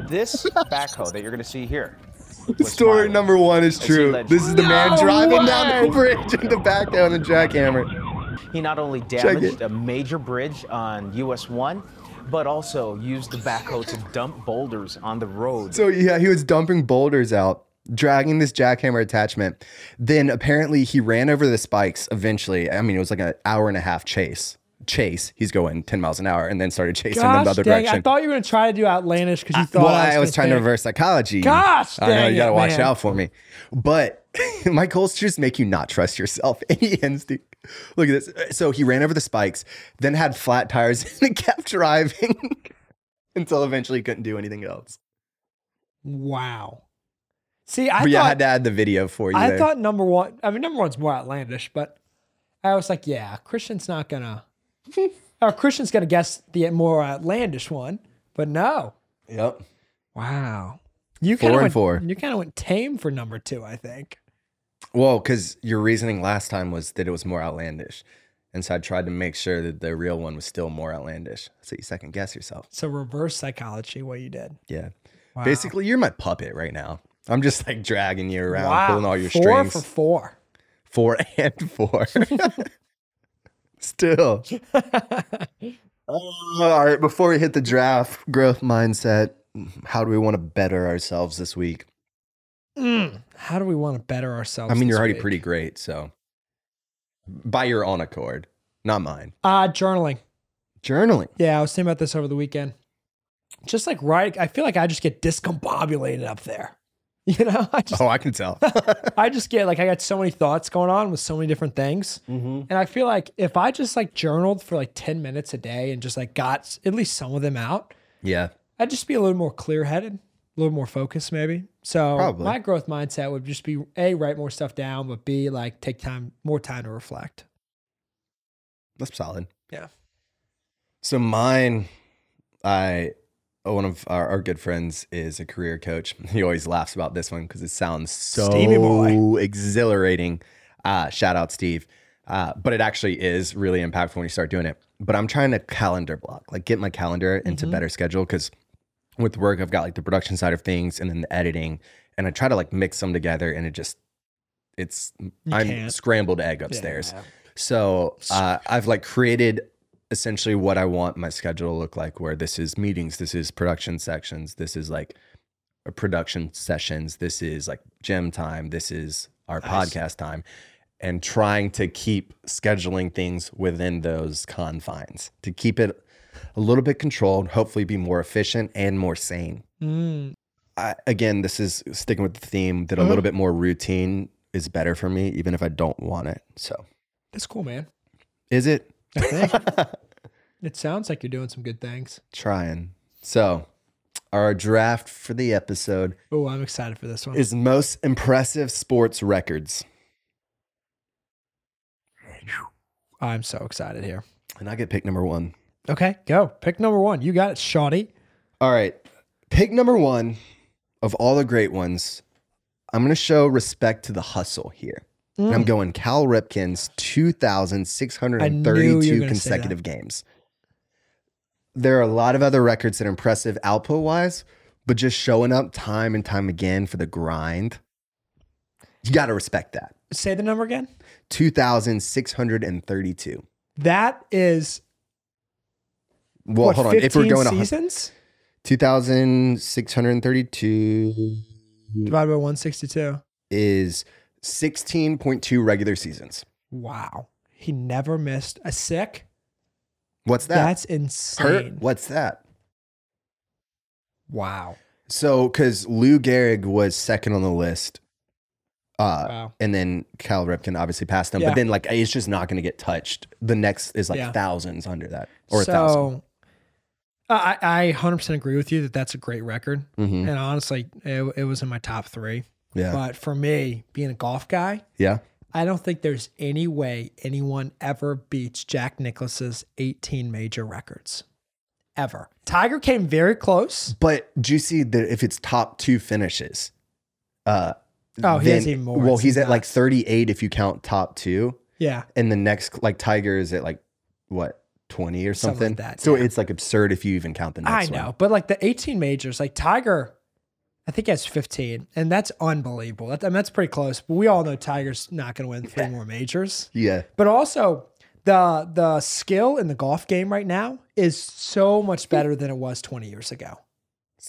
This backhoe that you're going to see here. was
Story
mine.
number one is true.
legend.
This is the man
No
driving
way!
down the bridge in the backhoe and the jackhammer.
He not only
it.
damaged a major bridge on US 1, but also used the backhoe to dump boulders on the road.
So yeah, he was dumping boulders out, dragging this jackhammer attachment. Then apparently he ran over the spikes eventually. I mean, it was like an hour and a half chase. Chase, he's going 10 miles an hour and then started chasing them
Gosh,
the other
dang,
direction.
I thought you were going to try to do outlandish because you thought
well,
I
I
was,
was
gonna
trying to
pick-
reverse psychology.
Gosh,
I know
dang
you gotta
it,
watch
man.
out for me. But my goals just make you not trust yourself. And he ends the look at this. So he ran over the spikes, then had flat tires, and kept driving until eventually he couldn't do anything else.
Wow. See, I
but yeah, I
thought
had to add the video for you.
I
there.
thought number one. I mean, number one's more outlandish, but I was like, yeah, Christian's not gonna. or Christian's gonna guess the more outlandish one, but no.
Yep.
Wow. You
Four
kind of
and
went,
four.
You kind of went tame for number two, I think.
Well, because your reasoning last time was that it was more outlandish. And so I tried to make sure that the real one was still more outlandish. So you second guess yourself.
So reverse psychology, what you did.
Yeah.
Wow.
Basically, you're my puppet right now. I'm just like dragging you around,
wow.
pulling all your
four
strings.
for four.
four and four. Still. Oh, all right. Before we hit the draft, growth mindset. How do we want to better ourselves this week?
Mm, How do we want to better ourselves?
I mean, you're
this
already
week?
pretty great. So by your own accord, not mine.
Uh, journaling.
Journaling.
Yeah, I was thinking about this over the weekend. Just like right, I feel like I just get discombobulated up there You know, I just
Oh, I can tell.
I just get like I got so many thoughts going on with so many different things, and I feel like if I just like journaled for like ten minutes a day and just like got s- at least some of them out,
yeah.
I'd just be a little more clear headed, a little more focused, maybe. So
Probably.
my growth mindset would just be a write more stuff down, but b like take time more time to reflect.
That's solid.
Yeah.
So mine, I oh, one of our, our good friends is a career coach. He always laughs about this one because it sounds
Stevie
so
boy.
exhilarating. Uh, shout out Steve. Uh, but it actually is really impactful when you start doing it. But I'm trying to calendar block, like get my calendar into better schedule because with work I've got like the production side of things and then the editing, and I try to like mix them together, and it just it's I'm
can't.
scrambled egg upstairs.
Yeah.
So uh, I've like created essentially what I want my schedule to look like, where this is meetings, this is production sections, this is like uh, production sessions, this is like gym time, this is our podcast time, and trying to keep scheduling things within those confines to keep it a little bit controlled, hopefully be more efficient and more sane.
Mm,
I, again, this is sticking with the theme that a little bit more routine is better for me, even if I don't want it. So,
that's cool, man.
is it?
I think it sounds like you're doing some good things.
Trying. So, our draft for the episode
Oh, I'm excited for this one.
is most impressive sports records.
I'm so excited here.
And I get pick number one.
Okay, go pick number one. You got it, Shawty.
All right. Pick number one of all the great ones. I'm going to show respect to the hustle here. And
Mm.
I'm going Cal Ripken's
I knew you were
2,632
gonna say that.
consecutive games. There are a lot of other records that are impressive output wise, but just showing up time and time again for the grind, you got to respect that.
Say the number again.
2,632.
That is
Well,
what,
hold on.
15
If we're going on
seasons
2,632
divided by 162.
is 16.2 regular seasons.
Wow, he never missed a sick.
What's that?
That's
Hurt?
insane.
What's that?
Wow.
So, because Lou Gehrig was second on the list. Uh,
Wow.
And then Cal Ripken obviously passed him,
Yeah.
but then like it's just not going to get touched. The next is like
Yeah.
thousands under that, or
so,
a 1000
I I I 100% agree with you that that's a great record.
Mm-hmm.
And honestly, it, it was in my top three.
Yeah,
But for me, being a golf guy,
yeah.
I don't think there's any way anyone ever beats Jack Nicklaus's 18 major records. Ever. Tiger came very close.
But do you see that if it's top two finishes? Uh,
Oh, he has even more.
Well,
It's
he's at like
nuts.
38 if you count top two,
Yeah.
and the next like Tiger is at like what 20 or something.
Something like that,
so
yeah.
it's like absurd if you even count the
I
next one.
know. But like the 18 majors, like Tiger, I think he has 15, and that's unbelievable. That, I mean, that's pretty close. But we all know Tiger's not going to win
Eh.
three more majors.
Yeah,
But also, the the skill in the golf game right now is so much better than it was 20 years ago.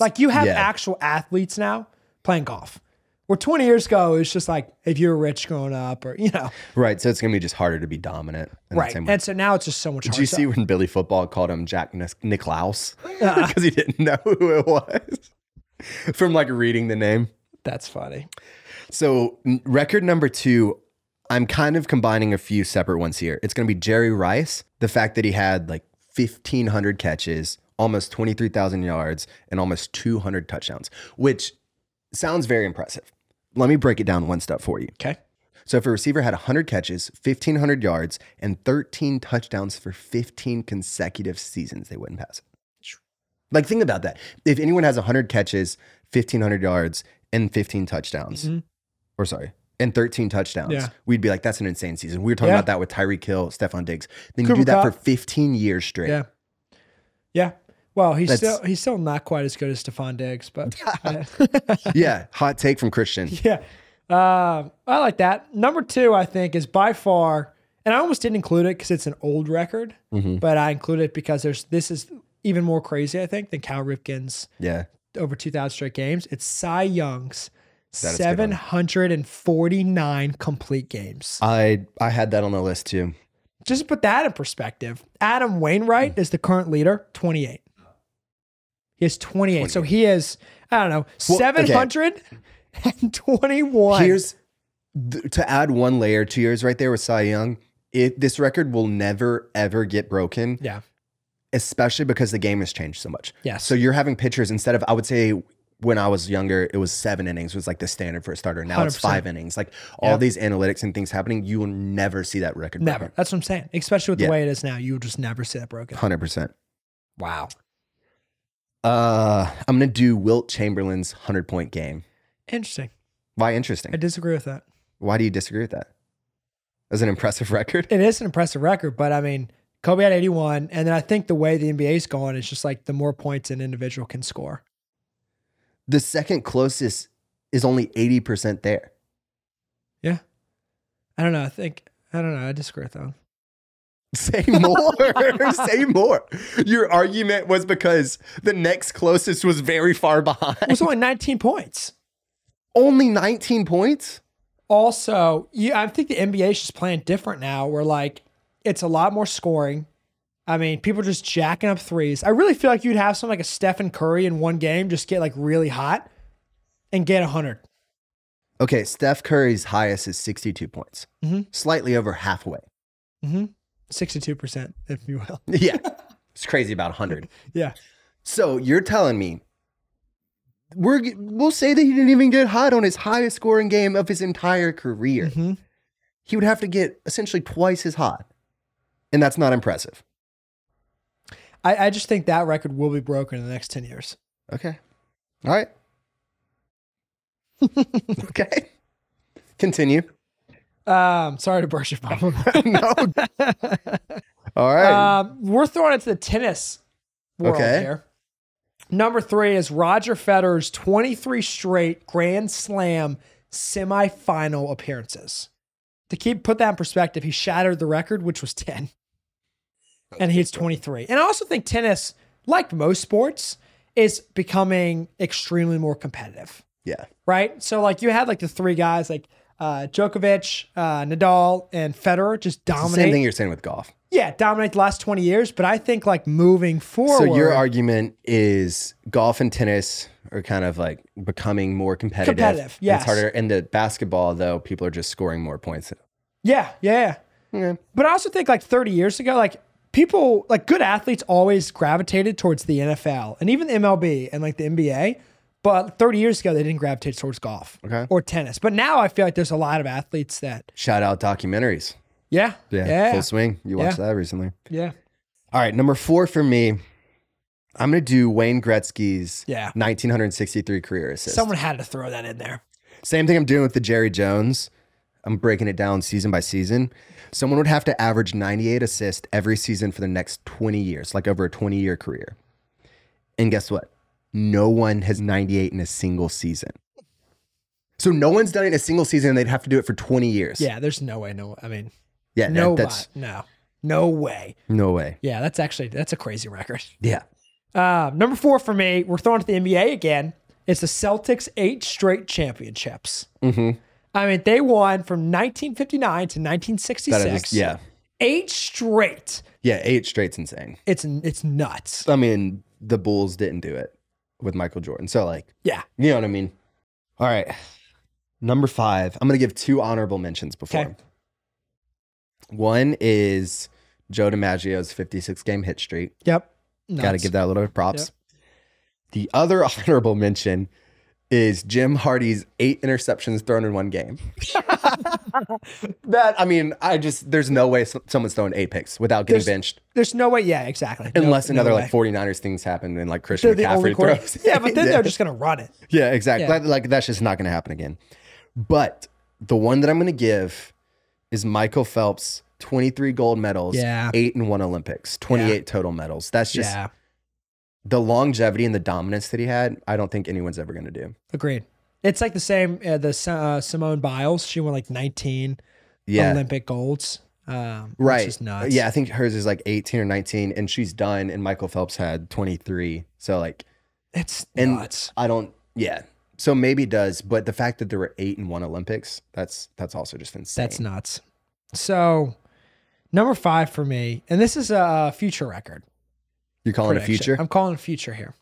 Like you have
Yeah.
actual athletes now playing golf. Where 20 years ago, it was just like if you were rich growing up, or you know,
right. So it's gonna be just harder to be dominant. In The
right.
same way.
And so now it's just so much.
Did
harder.
you
So
see when Billy Football called him Jack Nic- Nicklaus
Uh-huh.
because he didn't know who it was from like reading the name?
That's funny.
So n- record number two, I'm kind of combining a few separate ones here. It's going to be Jerry Rice. The fact that he had like 1,500 catches, almost 23,000 yards, and almost 200 touchdowns, which sounds very impressive. Let me break it down one step for you.
Okay.
So if a receiver had 100 catches, 1,500 yards, and 13 touchdowns for 15 consecutive seasons, they wouldn't pass it. Like, think about that. If anyone has 100 catches, 1,500 yards, and 15 touchdowns,
Mhm.
or sorry, and 13 touchdowns,
Yeah.
we'd be like, that's an insane season. We were talking
Yeah.
about that with Tyreek Hill, Stephon Diggs. Then you
Cooper
do that for
Kupp.
15 years straight.
Yeah. Yeah. Well, he's
That's-
still he's still not quite as good as Stephon Diggs, but
Yeah, Hot take from Christian.
yeah. Um, I like that. Number two, I think, is by far, and I almost didn't include it because it's an old record,
Mm-hmm.
but I include it because there's this is even more crazy, I think, than Cal Ripken's
Yeah.
over 2,000 straight games. It's Cy Young's
is a good one.
749 complete games.
I, I had that on the list too.
Just to put that in perspective, Adam
Mm.
Wainwright is the current leader, 28. He has 28. So he is, I don't know,
Well, okay.
700. and 21.
Here's th- to add one layer to yours right there with Cy Young. It, this record will never ever get broken,
yeah.
especially because the game has changed so much.
Yes.
So you're having pitchers instead of I would say when I was younger, it was seven innings was like the standard for a starter. Now it's
100%.
five innings. Like all these analytics and things happening, you will never see that record.
Never. That's what I'm saying. Especially with
Yeah.
the way it is now, you would just never see that broken.
Hundred percent.
Wow.
Uh, I'm gonna do Wilt Chamberlain's hundred point game.
Interesting.
Why
I
interesting?
disagree with that.
Why do you disagree with that? That's an impressive record.
It is an impressive record, but I mean, Kobe had 81, and then I think the way the NBA's going is just like the more points an individual can score.
The second closest is only eighty percent there.
I don't know. I think I don't know. I disagree with that. one.
Say more. Say more. Your argument was because the next closest was very far
It
behind.
was only 19 points.
Only 19 points?
Also, yeah, I think the NBA is just playing different now. Where like it's a lot more scoring. I mean, people are just jacking up threes. I really feel like you'd have something like a Stephen Curry in one game just get like really hot and get 100.
Okay, Steph Curry's highest is 62 points,
Mhm.
slightly over halfway.
Mm-hmm. 62%, if you will.
Yeah, it's crazy about 100.
Yeah.
So you're telling me we're, g- we'll say that he didn't even get hot on his highest scoring game of his entire career.
Mhm.
He would have to get essentially twice as hot. And that's not impressive.
I, I just think that record will be broken in the next 10 years.
Okay. All right. okay. Continue.
Um, sorry to burst your bubble.
no. All right.
Um, we're throwing it to the tennis world
Okay.
here. Number three is Roger Federer's 23 straight Grand Slam semifinal appearances. To keep put that in perspective, he shattered the record, which was 10, and he hits 23. And I also think tennis, like most sports, is becoming extremely more competitive
yeah.
right? So like you had like the three guys like uh, Djokovic, uh, Nadal, and Federer just
It's the same thing
dominate.
you're saying with golf.
Yeah, dominate the last twenty years. But I think like moving forward,
So your argument is golf and tennis are kind of like becoming more competitive.
Competitive,
and
yes.
It's harder. And the basketball, though, people are just scoring more points.
yeah, yeah, yeah.
Okay.
But I also think like thirty years ago, like people like good athletes always gravitated towards the NFL and even the MLB and like the NBA. But thirty years ago, they didn't gravitate towards golf
Okay.
or tennis. But now I feel like there's a lot of athletes that
Shout out documentaries.
yeah, yeah,
Full swing. You watched
Yeah.
that recently.
yeah,
All right. Number four for me. I'm going to do Wayne Gretzky's
Yeah.
1963 career assist.
Someone had to throw that in there.
Same thing I'm doing with the Jerry Jones. I'm breaking it down season by season. Someone would have to average 98 assists every season for the next 20 years, like over a 20 year career. And guess what? No one has 98 in a single season. So no one's done it in a single season and they'd have to do it for 20 years.
Yeah, there's no way. No, I mean,
Yeah. that-
No,
that's
way. no, no way.
no way.
Yeah, that's actually that's a crazy record.
Yeah.
Um, number four for me, we're throwing to the NBA again. It's the Celtics' eight straight championships.
Mhm.
I mean, they won from 1959 to 1966.
That is, yeah.
eight straight.
Yeah. Eight straight's insane.
It's it's nuts.
I mean, the Bulls didn't do it with Michael Jordan. So, like,
Yeah.
You know what I mean? All right. Number five. I'm going to give two honorable mentions before.
Okay.
One is Joe DiMaggio's 56 game hit streak.
Yep.
Got to
Nuts.
give that a little bit of props. The other honorable mention is Jim Hardy's eight interceptions thrown in one game. that, I mean, I just, there's no way so- someone's throwing eight picks without getting
There's-
benched
There's no way. Yeah, exactly. No-
unless
no
another
way.
like 49ers things happen and like Christian
They're the only
McCaffrey
quarter-
throws.
Yeah, but then
Yeah.
they're just gonna run it.
Yeah, exactly.
Yeah.
Like, like, that's just not going to happen again. But the one that I'm going to give is Michael Phelps, 23 gold medals,
Yeah.
eight and one Olympics, 28 total medals. That's just
yeah.
the longevity and the dominance that he had. I don't think anyone's ever going to do.
Agreed. It's like the same. Uh, the Si- uh, Simone Biles. She won like 19.
Yeah.
Olympic golds. Um,
right.
Which is nuts.
Yeah, I think hers is like 18 or 19, and she's done, and Michael Phelps had 23. So, like,
It's
and
nuts.
I don't, yeah. So maybe it does, but the fact that there were eight and one Olympics, that's that's also just insane.
That's nuts. So, number five for me, and this is a future record.
You're calling it
prediction.
future?
I'm calling a future here.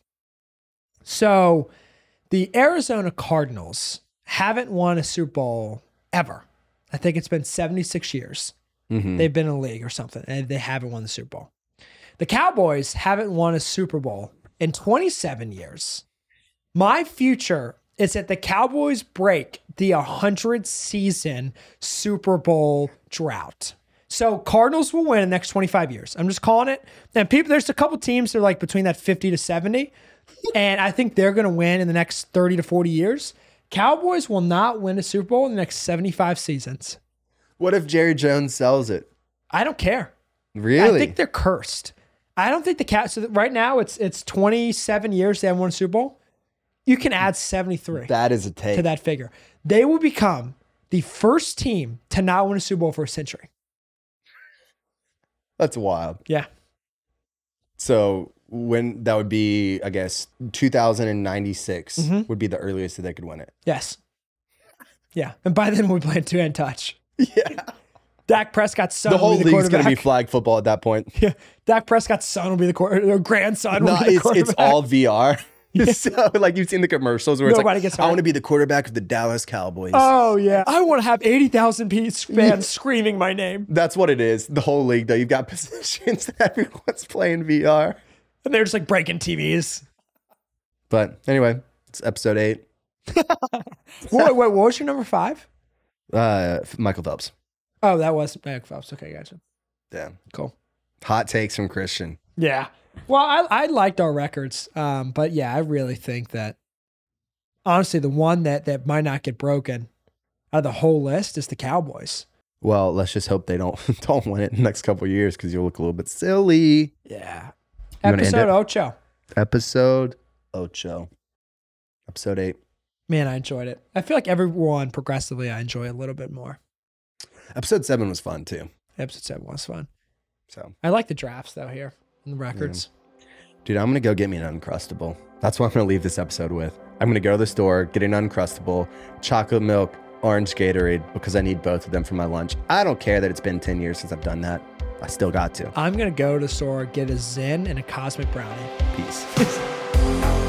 So, the Arizona Cardinals haven't won a Super Bowl ever. I think it's been 76 years.
Mm-hmm.
They've been in the league or something, and they haven't won the Super Bowl. The Cowboys haven't won a Super Bowl in 27 years. My future is that the Cowboys break the 100 season Super Bowl drought. So Cardinals will win in the next 25 years. I'm just calling it. And people, there's a couple teams that are like between that 50 to 70, and I think they're going to win in the next 30 to 40 years. Cowboys will not win a Super Bowl in the next 75 seasons.
What if Jerry Jones sells it?
I don't care.
Really?
I think they're cursed. I don't think the cat. So that- right now it's it's 27 years they haven't won a Super Bowl. You can add 73
that is a take.
to that figure. They will become the first team to not win a Super Bowl for a century.
That's wild.
Yeah,
So when that would be, I guess, 2096
Mm-hmm.
would be the earliest that they could win it.
Yes. Yeah. And by then we'll be playing two hand touch.
Yeah.
Dak Prescott's son
The
will
whole
be the
league's going
quarterback.
to be flag football at that point.
yeah. Dak Prescott's son will be the quarter or grandson will
No,
be the
it's, it's
quarterback.
all VR. so, like you've seen the commercials where
Nobody
it's
gets
like, I
hurt.
want to be the quarterback of the Dallas Cowboys.
Oh yeah. I want to have 80,000 pe- fans screaming my name.
That's what it is. The whole league, though, you've got positions that everyone's playing VR.
And they're just like breaking TVs.
But anyway, it's episode eight.
wait, wait, what was your number 5?
Uh, Michael Phelps.
Oh, that was Mac Phelps. Okay, gotcha.
Yeah.
Cool.
Hot takes from Christian.
Yeah. Well, I, I liked our records, um, but yeah, I really think that honestly, the one that that might not get broken out of the whole list is the Cowboys.
Well, let's just hope they don't don't win it in the next couple of years because you'll look a little bit silly.
Yeah.
wanna end
Episode
it?
ocho.
Episode Ocho. Episode eight.
Man, I enjoyed it. I feel like everyone progressively I enjoy a little bit more.
Episode seven was fun too.
Episode seven was fun.
So,
I like the drafts though here and the records.
dude, I'm gonna go get me an uncrustable. That's what I'm gonna leave this episode with. I'm gonna go to the store, get an uncrustable, chocolate milk, orange Gatorade, because I need both of them for my lunch. I don't care that it's been 10 years since I've done that. I still got to.
I'm gonna go to the store, get a Zen and a cosmic brownie.
Peace.